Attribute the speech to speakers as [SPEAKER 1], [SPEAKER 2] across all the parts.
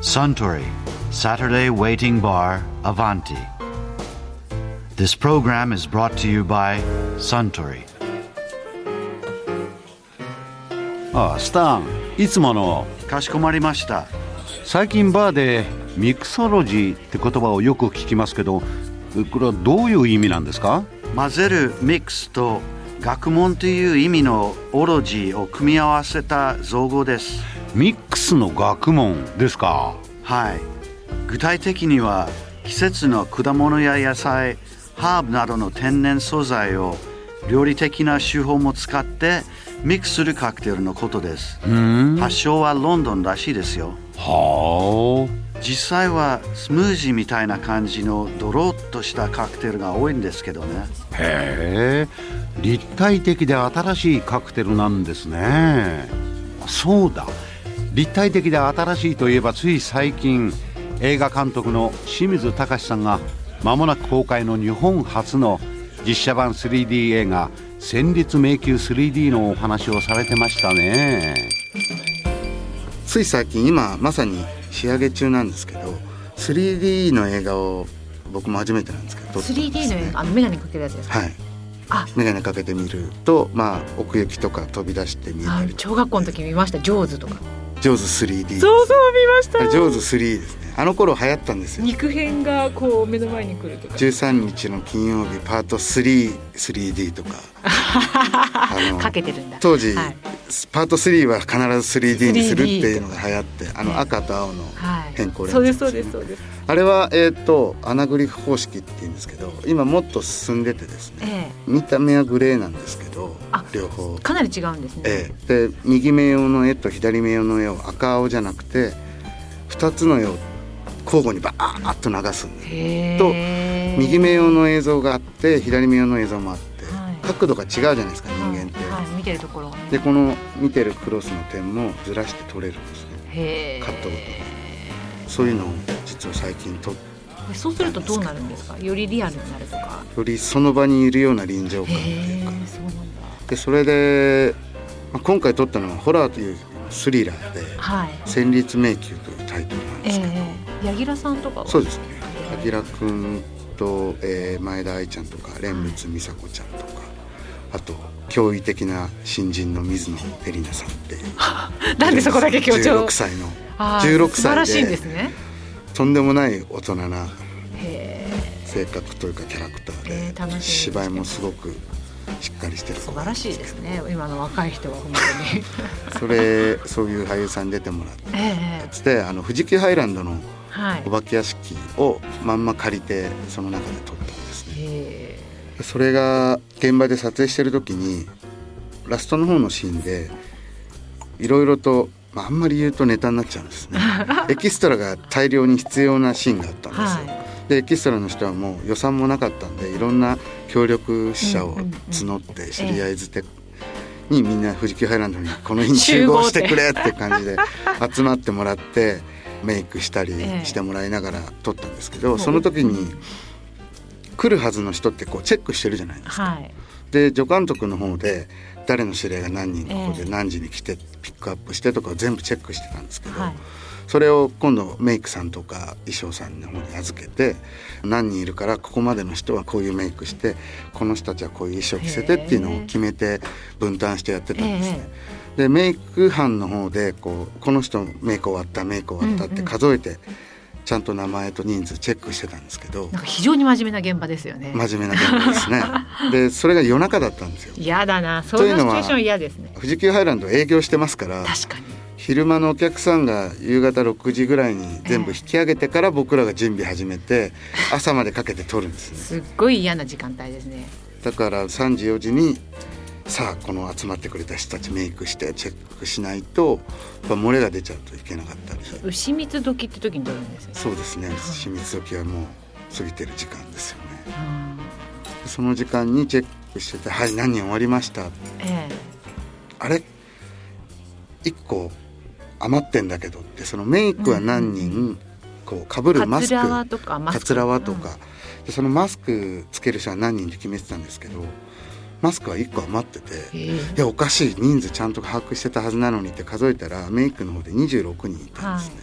[SPEAKER 1] Suntory, Saturday Waiting Bar, Avanti. This program is brought to you by Suntory.
[SPEAKER 2] ああスタンいつもの
[SPEAKER 1] かしこまりました。
[SPEAKER 2] 最近バーでミクソロジーって言葉をよく聞きますけどこれはどういう意味なんですか
[SPEAKER 1] 混ぜるミックスと学問という意味のオロジーを組み合わせた造語です。
[SPEAKER 2] ミックスの学問ですか
[SPEAKER 1] はい。具体的には季節の果物や野菜、ハーブなどの天然素材を料理的な手法も使ってミックスするカクテルのことです。
[SPEAKER 2] うーん
[SPEAKER 1] 発祥はロンドンらしいですよ。
[SPEAKER 2] は
[SPEAKER 1] 実際はスムージーみたいな感じのドロッとしたカクテルが多いんですけどね。
[SPEAKER 2] あへえ立体的で新しいカクテルなんですねそうだ立体的で新しいといえばつい最近映画監督の清水隆さんが間もなく公開の日本初の実写版 3D 映画「戦慄迷宮 3D」のお話をされてましたね
[SPEAKER 3] つい最近今まさに仕上げ中なんですけど 3D の映画を僕も初めてなんですけど撮ってます
[SPEAKER 4] 3D の映画あの眼鏡かけるやつですか、
[SPEAKER 3] はい
[SPEAKER 4] あ
[SPEAKER 3] 眼鏡かけてみるとまあ奥行きとか飛び出して見えた
[SPEAKER 4] あ
[SPEAKER 3] り
[SPEAKER 4] 小学校の時見ました「ジョーズ」とか
[SPEAKER 3] 上手 3D
[SPEAKER 4] うそう見まし
[SPEAKER 3] 上手3ですねあの頃流行ったんですよ
[SPEAKER 4] 肉片がこう目の前に来るとか
[SPEAKER 3] 13日の金曜日パート 33D とかあの
[SPEAKER 4] かけてるんだ
[SPEAKER 3] 当時、
[SPEAKER 4] はい
[SPEAKER 3] パート3は必ず 3D にするっていうのが
[SPEAKER 4] 3D
[SPEAKER 3] 流行ってあの赤と青の
[SPEAKER 4] はい
[SPEAKER 3] 変更レンズ
[SPEAKER 4] そうですそうですそうです
[SPEAKER 3] あれは、えー、とアナグリフ方式って言うんですけど今もっと進んでてですね
[SPEAKER 4] え
[SPEAKER 3] 見た目はグレーなんですけど
[SPEAKER 4] あ
[SPEAKER 3] 両方
[SPEAKER 4] え、かなり違うんですね、
[SPEAKER 3] ええで右目用の絵と左目用の絵を赤青じゃなくて2つの絵を交互にバーッと流すんです
[SPEAKER 4] へえ
[SPEAKER 3] 右目用の映像があって左目用の映像もあって、
[SPEAKER 4] はい
[SPEAKER 3] 角度が違うじゃないですか人間って、
[SPEAKER 4] はい、はい見てるところが
[SPEAKER 3] でこの見てるクロスの点もずらして撮れるんですね
[SPEAKER 4] へえ
[SPEAKER 3] カットそういうのを実は最近撮って
[SPEAKER 4] でそうするとどうなるんですかよりリアルになるとか
[SPEAKER 3] よりその場にいるような臨場
[SPEAKER 4] へ
[SPEAKER 3] 感っていうか
[SPEAKER 4] えそうなんだ
[SPEAKER 3] でそれでまあ今回撮ったのはホラーというスリラーで
[SPEAKER 4] はい
[SPEAKER 3] 「戦慄迷宮」というタイトルなんで
[SPEAKER 4] え
[SPEAKER 3] すけど、
[SPEAKER 4] え柳楽さんとかは
[SPEAKER 3] そうですねらくんと、えー前田愛ちゃんとか蓮仏美佐子ちゃんとかあと驚異的な新人の水野エリナさんっていう
[SPEAKER 4] なんでそこだけ強調
[SPEAKER 3] 16歳の
[SPEAKER 4] あー
[SPEAKER 3] 16歳で
[SPEAKER 4] 素晴らしいんですね
[SPEAKER 3] とんでもない大人な
[SPEAKER 4] へえ
[SPEAKER 3] 性格というかキャラクターで、
[SPEAKER 4] えー楽しみにしてます
[SPEAKER 3] 芝居もすごくしっかりしてる
[SPEAKER 4] 素
[SPEAKER 3] 子
[SPEAKER 4] 晴らしいですね今の若い人は本当に
[SPEAKER 3] それそういう俳優さんに出てもらって
[SPEAKER 4] ええ
[SPEAKER 3] であの富士急ハイランドの
[SPEAKER 4] はい
[SPEAKER 3] お化け屋敷をまんま借りてその中で撮ったんですね
[SPEAKER 4] へ
[SPEAKER 3] それが現場で撮影してる時にラストの方のシーンでいろいろと、まあ、あんまり言うとネタになっちゃうんですねエキストラが大量に必要なシーンがあったんですよ、
[SPEAKER 4] は
[SPEAKER 3] でエキストラの人はもう予算もなかったんでいろんな協力者を募って知り合い捨てにみんな富士急ハイランドにこの日に集合してくれって感じで集まってもらってメイクしたり
[SPEAKER 4] ええ
[SPEAKER 3] してもらいながら撮ったんですけど
[SPEAKER 4] う
[SPEAKER 3] その時に来るはずの人ってこうチェックしてるじゃないですか。
[SPEAKER 4] はい
[SPEAKER 3] で助監督の方で誰の知り合いが何人ここ
[SPEAKER 4] え
[SPEAKER 3] で
[SPEAKER 4] え
[SPEAKER 3] 何時に来てピックアップしてとかを全部チェックしてたんですけど、
[SPEAKER 4] はい
[SPEAKER 3] それを今度メイクさんとか衣装さんの方に預けて何人いるからここまでの人はこういうメイクしてこの人たちはこういう衣装着せてっていうのを決めて分担してやってたんですね。でメイク班の方でこうこの人メイク終わったメイク終わったって数えてちゃんと名前と人数チェックしてたんですけど
[SPEAKER 4] なんか非常に真面目な現場ですよね
[SPEAKER 3] 真面目な現場ですね。 でそれが夜中だったんですよ。
[SPEAKER 4] 嫌だなそ
[SPEAKER 3] と
[SPEAKER 4] う
[SPEAKER 3] い
[SPEAKER 4] いううシチ
[SPEAKER 3] の
[SPEAKER 4] ュ
[SPEAKER 3] は
[SPEAKER 4] エーション嫌ですね
[SPEAKER 3] 富士急ハイランド営業してますから
[SPEAKER 4] 確かに
[SPEAKER 3] 昼間のお客さんが夕方6時ぐらいに全部引き上げてから僕らが準備始めて朝までかけて撮るんですね
[SPEAKER 4] すっごい嫌な時間帯ですね
[SPEAKER 3] だから3時4時にさあこの集まってくれた人たちメイクしてチェックしないとやっぱ漏れが出ちゃうといけなかったり
[SPEAKER 4] 牛蜜時って時に撮るんですよね
[SPEAKER 3] そうですね秘密時はもう過ぎてる時間ですよね
[SPEAKER 4] うん
[SPEAKER 3] その時間にチェックしてて「はい何人終わりました」
[SPEAKER 4] ええ
[SPEAKER 3] あれ1個余ってんだけどってそのメイクは何人、こうかぶるマ
[SPEAKER 4] カ
[SPEAKER 3] ス
[SPEAKER 4] ツ
[SPEAKER 3] ク
[SPEAKER 4] ラはとかマスク
[SPEAKER 3] かつらはとか、でそのマスクつける人は何人って決めてたんですけどマスクは1個余って
[SPEAKER 4] うん
[SPEAKER 3] て。
[SPEAKER 4] え
[SPEAKER 3] いやおかしい人数ちゃんと把握してたはずなのにって数えたらメイクの方で26人いたんですね、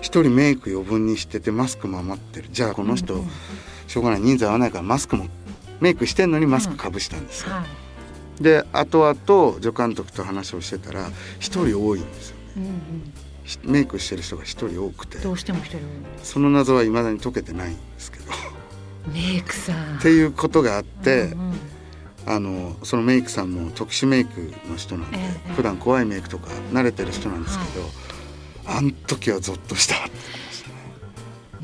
[SPEAKER 3] 一人メイク余分にしててマスクも余ってるじゃあこの人、しょうがない人数合わないからマスクもメイクしてんのにマスクかぶしたんですよ、
[SPEAKER 4] はい
[SPEAKER 3] で後々助監督と話をしてたら一人多いんですよ
[SPEAKER 4] うんうん、
[SPEAKER 3] しメイクしてる人が一人多くて
[SPEAKER 4] どうしても一人
[SPEAKER 3] その謎はいまだに解けてないんですけど っ
[SPEAKER 4] 多いメイクさん
[SPEAKER 3] ていうことがあって、
[SPEAKER 4] うんうん
[SPEAKER 3] あのそのメイクさんも特殊メイクの人なんで、
[SPEAKER 4] ええ
[SPEAKER 3] 普段怖いメイクとか慣れてる人なんですけど、あん時はゾッとしたって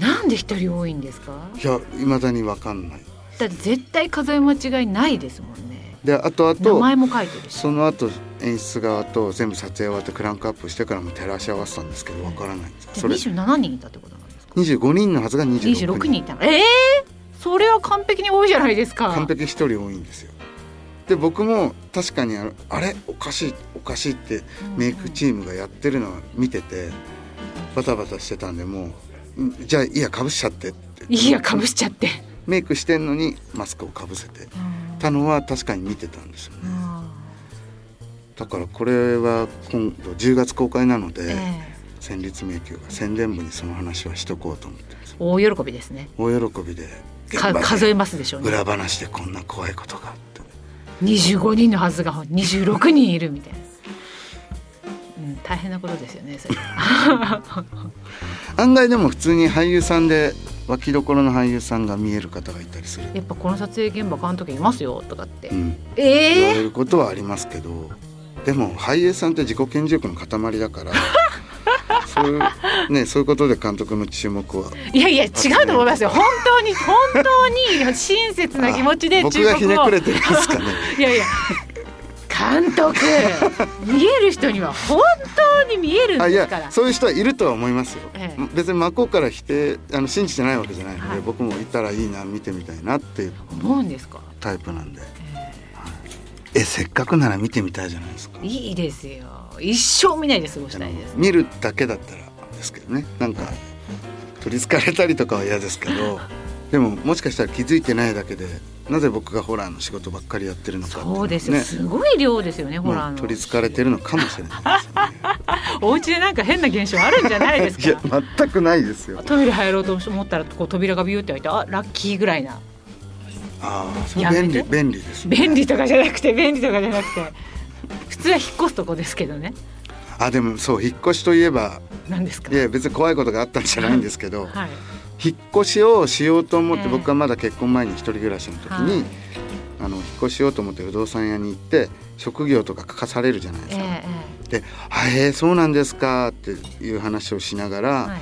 [SPEAKER 4] なんで一人多いんですか
[SPEAKER 3] いやいまだに分かんない
[SPEAKER 4] だって絶対数え間違いないですもんね
[SPEAKER 3] であとあ
[SPEAKER 4] 名
[SPEAKER 3] と
[SPEAKER 4] 前も書いてるし
[SPEAKER 3] その後演出側と全部撮影終わってクランクアップしてからも照らし合わせたんですけど分からないんですよ
[SPEAKER 4] じゃ
[SPEAKER 3] そ
[SPEAKER 4] あ
[SPEAKER 3] れ
[SPEAKER 4] 27人いたってことなんですか
[SPEAKER 3] 25人のはずが26人
[SPEAKER 4] 26人いたのええそれは完璧に多いじゃないですか
[SPEAKER 3] 完璧1人多いんですよで僕も確かにあのあれおかしいおかしいってメイクチームがやってるのを見ててバタバタしてたんでもうんじゃあいいやかぶしちゃってって
[SPEAKER 4] いいやかぶしちゃって
[SPEAKER 3] メイクしてんのにマスクをかぶせてたのは確かに見てたんですよねだからこれは今度10月公開なので、
[SPEAKER 4] え
[SPEAKER 3] 戦慄迷宮が宣伝部にその話はしとこうと思ってます
[SPEAKER 4] え大喜びですね
[SPEAKER 3] 大喜びで
[SPEAKER 4] か
[SPEAKER 3] 現場で
[SPEAKER 4] 数えますでしょうね
[SPEAKER 3] 裏話でこんな怖いことがあって
[SPEAKER 4] 25人のはずが26人いるみたいな、うん、大変なことですよ ねそれ
[SPEAKER 3] 案外でも普通に俳優さんで脇どころの俳優さんが見える方がいたりする、
[SPEAKER 4] やっぱこの撮影現場監督いますよとかって、
[SPEAKER 3] うん、言わ
[SPEAKER 4] ええ
[SPEAKER 3] れることはありますけどでも俳優さんって自己顕示欲の塊だ からそういう,、ね、そういうことで監督の注目はい
[SPEAKER 4] やいや違うと思いますよ本当に本当に親切な気持ちで
[SPEAKER 3] あ僕
[SPEAKER 4] 注目を
[SPEAKER 3] がひねくれてるんですかね
[SPEAKER 4] いやいや 監督見える人には本当に見えるん
[SPEAKER 3] あい
[SPEAKER 4] ですから
[SPEAKER 3] やそういう人はいるとは思いますよ、
[SPEAKER 4] ええ
[SPEAKER 3] 別に真っ向から否定あの信じてないわけじゃないので、
[SPEAKER 4] はい
[SPEAKER 3] 僕もいたらいいな見てみたいなっていう
[SPEAKER 4] 思うんですか、
[SPEAKER 3] タイプなんでえ
[SPEAKER 4] え
[SPEAKER 3] せっかくなら見てみたいじゃないですか
[SPEAKER 4] ーいいですよ一生見ないで過ごしたいです
[SPEAKER 3] あの見るだけだったらですけどねなんか取りつかれたりとかは嫌ですけ どでももしかしたら気づいてないだけでなぜ僕がホラーの仕事ばっかりやってるのかっていのは
[SPEAKER 4] そうですよ、
[SPEAKER 3] ね
[SPEAKER 4] すごい量ですよねほら
[SPEAKER 3] もう取りつかれてるのかもしれないですよね
[SPEAKER 4] お家でなんか変な現象あるんじゃないです
[SPEAKER 3] いや
[SPEAKER 4] か
[SPEAKER 3] 全くないです よ
[SPEAKER 4] トイレ入ろうと思ったらこう扉がビューって開いてあラッキーぐらいな
[SPEAKER 3] ああそ
[SPEAKER 4] や
[SPEAKER 3] れ
[SPEAKER 4] め
[SPEAKER 3] 便
[SPEAKER 4] て
[SPEAKER 3] 利便利ですね
[SPEAKER 4] 便利とかじゃなくて便利とかじゃなくて普通は引っ越すとこですけどね
[SPEAKER 3] あでもそう引っ越しといえば
[SPEAKER 4] 何ですか
[SPEAKER 3] いや別に怖いことがあったんじゃないんですけど、
[SPEAKER 4] はい
[SPEAKER 3] 引っ越しをしようと思って、
[SPEAKER 4] ええ
[SPEAKER 3] 僕はまだ結婚前に一人暮らしの時に、
[SPEAKER 4] はい
[SPEAKER 3] あの引っ越しようと思って不動産屋に行って職業とか書かされるじゃないで
[SPEAKER 4] え
[SPEAKER 3] す
[SPEAKER 4] え
[SPEAKER 3] か。
[SPEAKER 4] え
[SPEAKER 3] で「あへえそうなんですか」っていう話をしながら、
[SPEAKER 4] えはい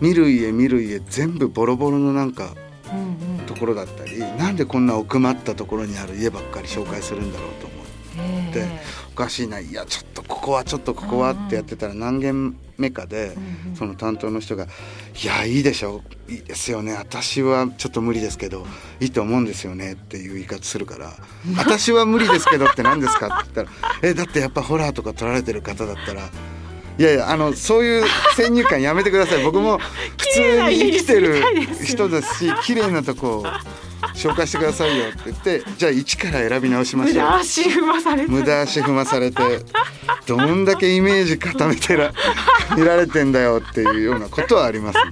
[SPEAKER 3] 見る家見る家全部ボロボロのなんか
[SPEAKER 4] うんうん
[SPEAKER 3] ところだったりなんでこんな奥まったところにある家ばっかり紹介するんだろうと思って
[SPEAKER 4] え
[SPEAKER 3] で
[SPEAKER 4] え
[SPEAKER 3] おかしいないやちょっとここはちょっとここはってやってたら何軒目かで
[SPEAKER 4] うんうん
[SPEAKER 3] その担当の人が「いやいいでしょいいですよね私はちょっと無理ですけどいいと思うんですよね」っていう言い方する から「私は無理ですけど」って何ですかって言ったら「 えだってやっぱホラーとか撮られてる方だったら」いやいやあのそういう先入観やめてください僕も普
[SPEAKER 4] 綺麗
[SPEAKER 3] 通
[SPEAKER 4] な
[SPEAKER 3] に
[SPEAKER 4] 家
[SPEAKER 3] 生
[SPEAKER 4] に
[SPEAKER 3] きて
[SPEAKER 4] 住み
[SPEAKER 3] る
[SPEAKER 4] たいです
[SPEAKER 3] 人ですし綺麗なとこを紹介してくださいよって言ってじゃあ一から選び直しま
[SPEAKER 4] 無
[SPEAKER 3] しょう
[SPEAKER 4] 駄足踏まされて
[SPEAKER 3] 無駄足踏まされてどんだけイメージ固め てら見られてんだよっていうようなことはありますね。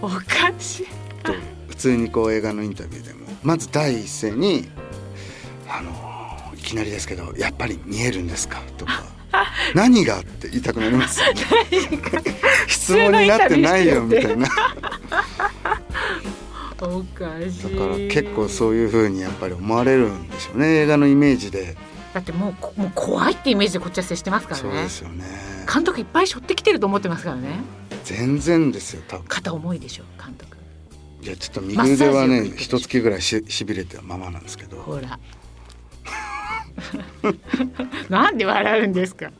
[SPEAKER 4] おかしい
[SPEAKER 3] と普通にこう映画のインタビューでもまず第一声に「あのいきなりですけどやっぱり見えるんですか?」とか「何が?」って言いたくなりますよね。質問になってないよみたいな。
[SPEAKER 4] おかしい
[SPEAKER 3] だから結構そういう風にやっぱり思われるんでしょうね映画のイメージで。
[SPEAKER 4] だってもうこもう怖いってイメージでこっちは接してますから
[SPEAKER 3] そう
[SPEAKER 4] ね
[SPEAKER 3] ですよね。
[SPEAKER 4] 監督いっぱい背負ってきてると思ってますからね
[SPEAKER 3] 全然ですよ多分。
[SPEAKER 4] 肩重いでしょ監督
[SPEAKER 3] いやちょっと右腕は
[SPEAKER 4] マッサージを受
[SPEAKER 3] ね
[SPEAKER 4] けて
[SPEAKER 3] 一月ぐらいししびれたままなんですけど
[SPEAKER 4] ほら なんで笑うんですか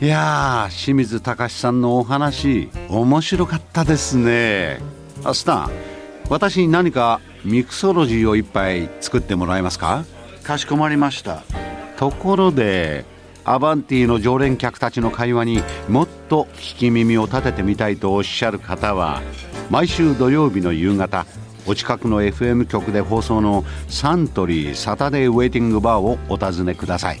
[SPEAKER 2] いやー清水隆さんのお話面白かったですねあスタン私に何かミクソロジーを一杯作ってもらえますか
[SPEAKER 1] かしこまりました
[SPEAKER 2] ところでアバンティの常連客たちの会話にもっと聞き耳を立ててみたいとおっしゃる方は毎週土曜日の夕方お近くの FM 局で放送のサントリーサタデーウェイティングバーをお尋ねください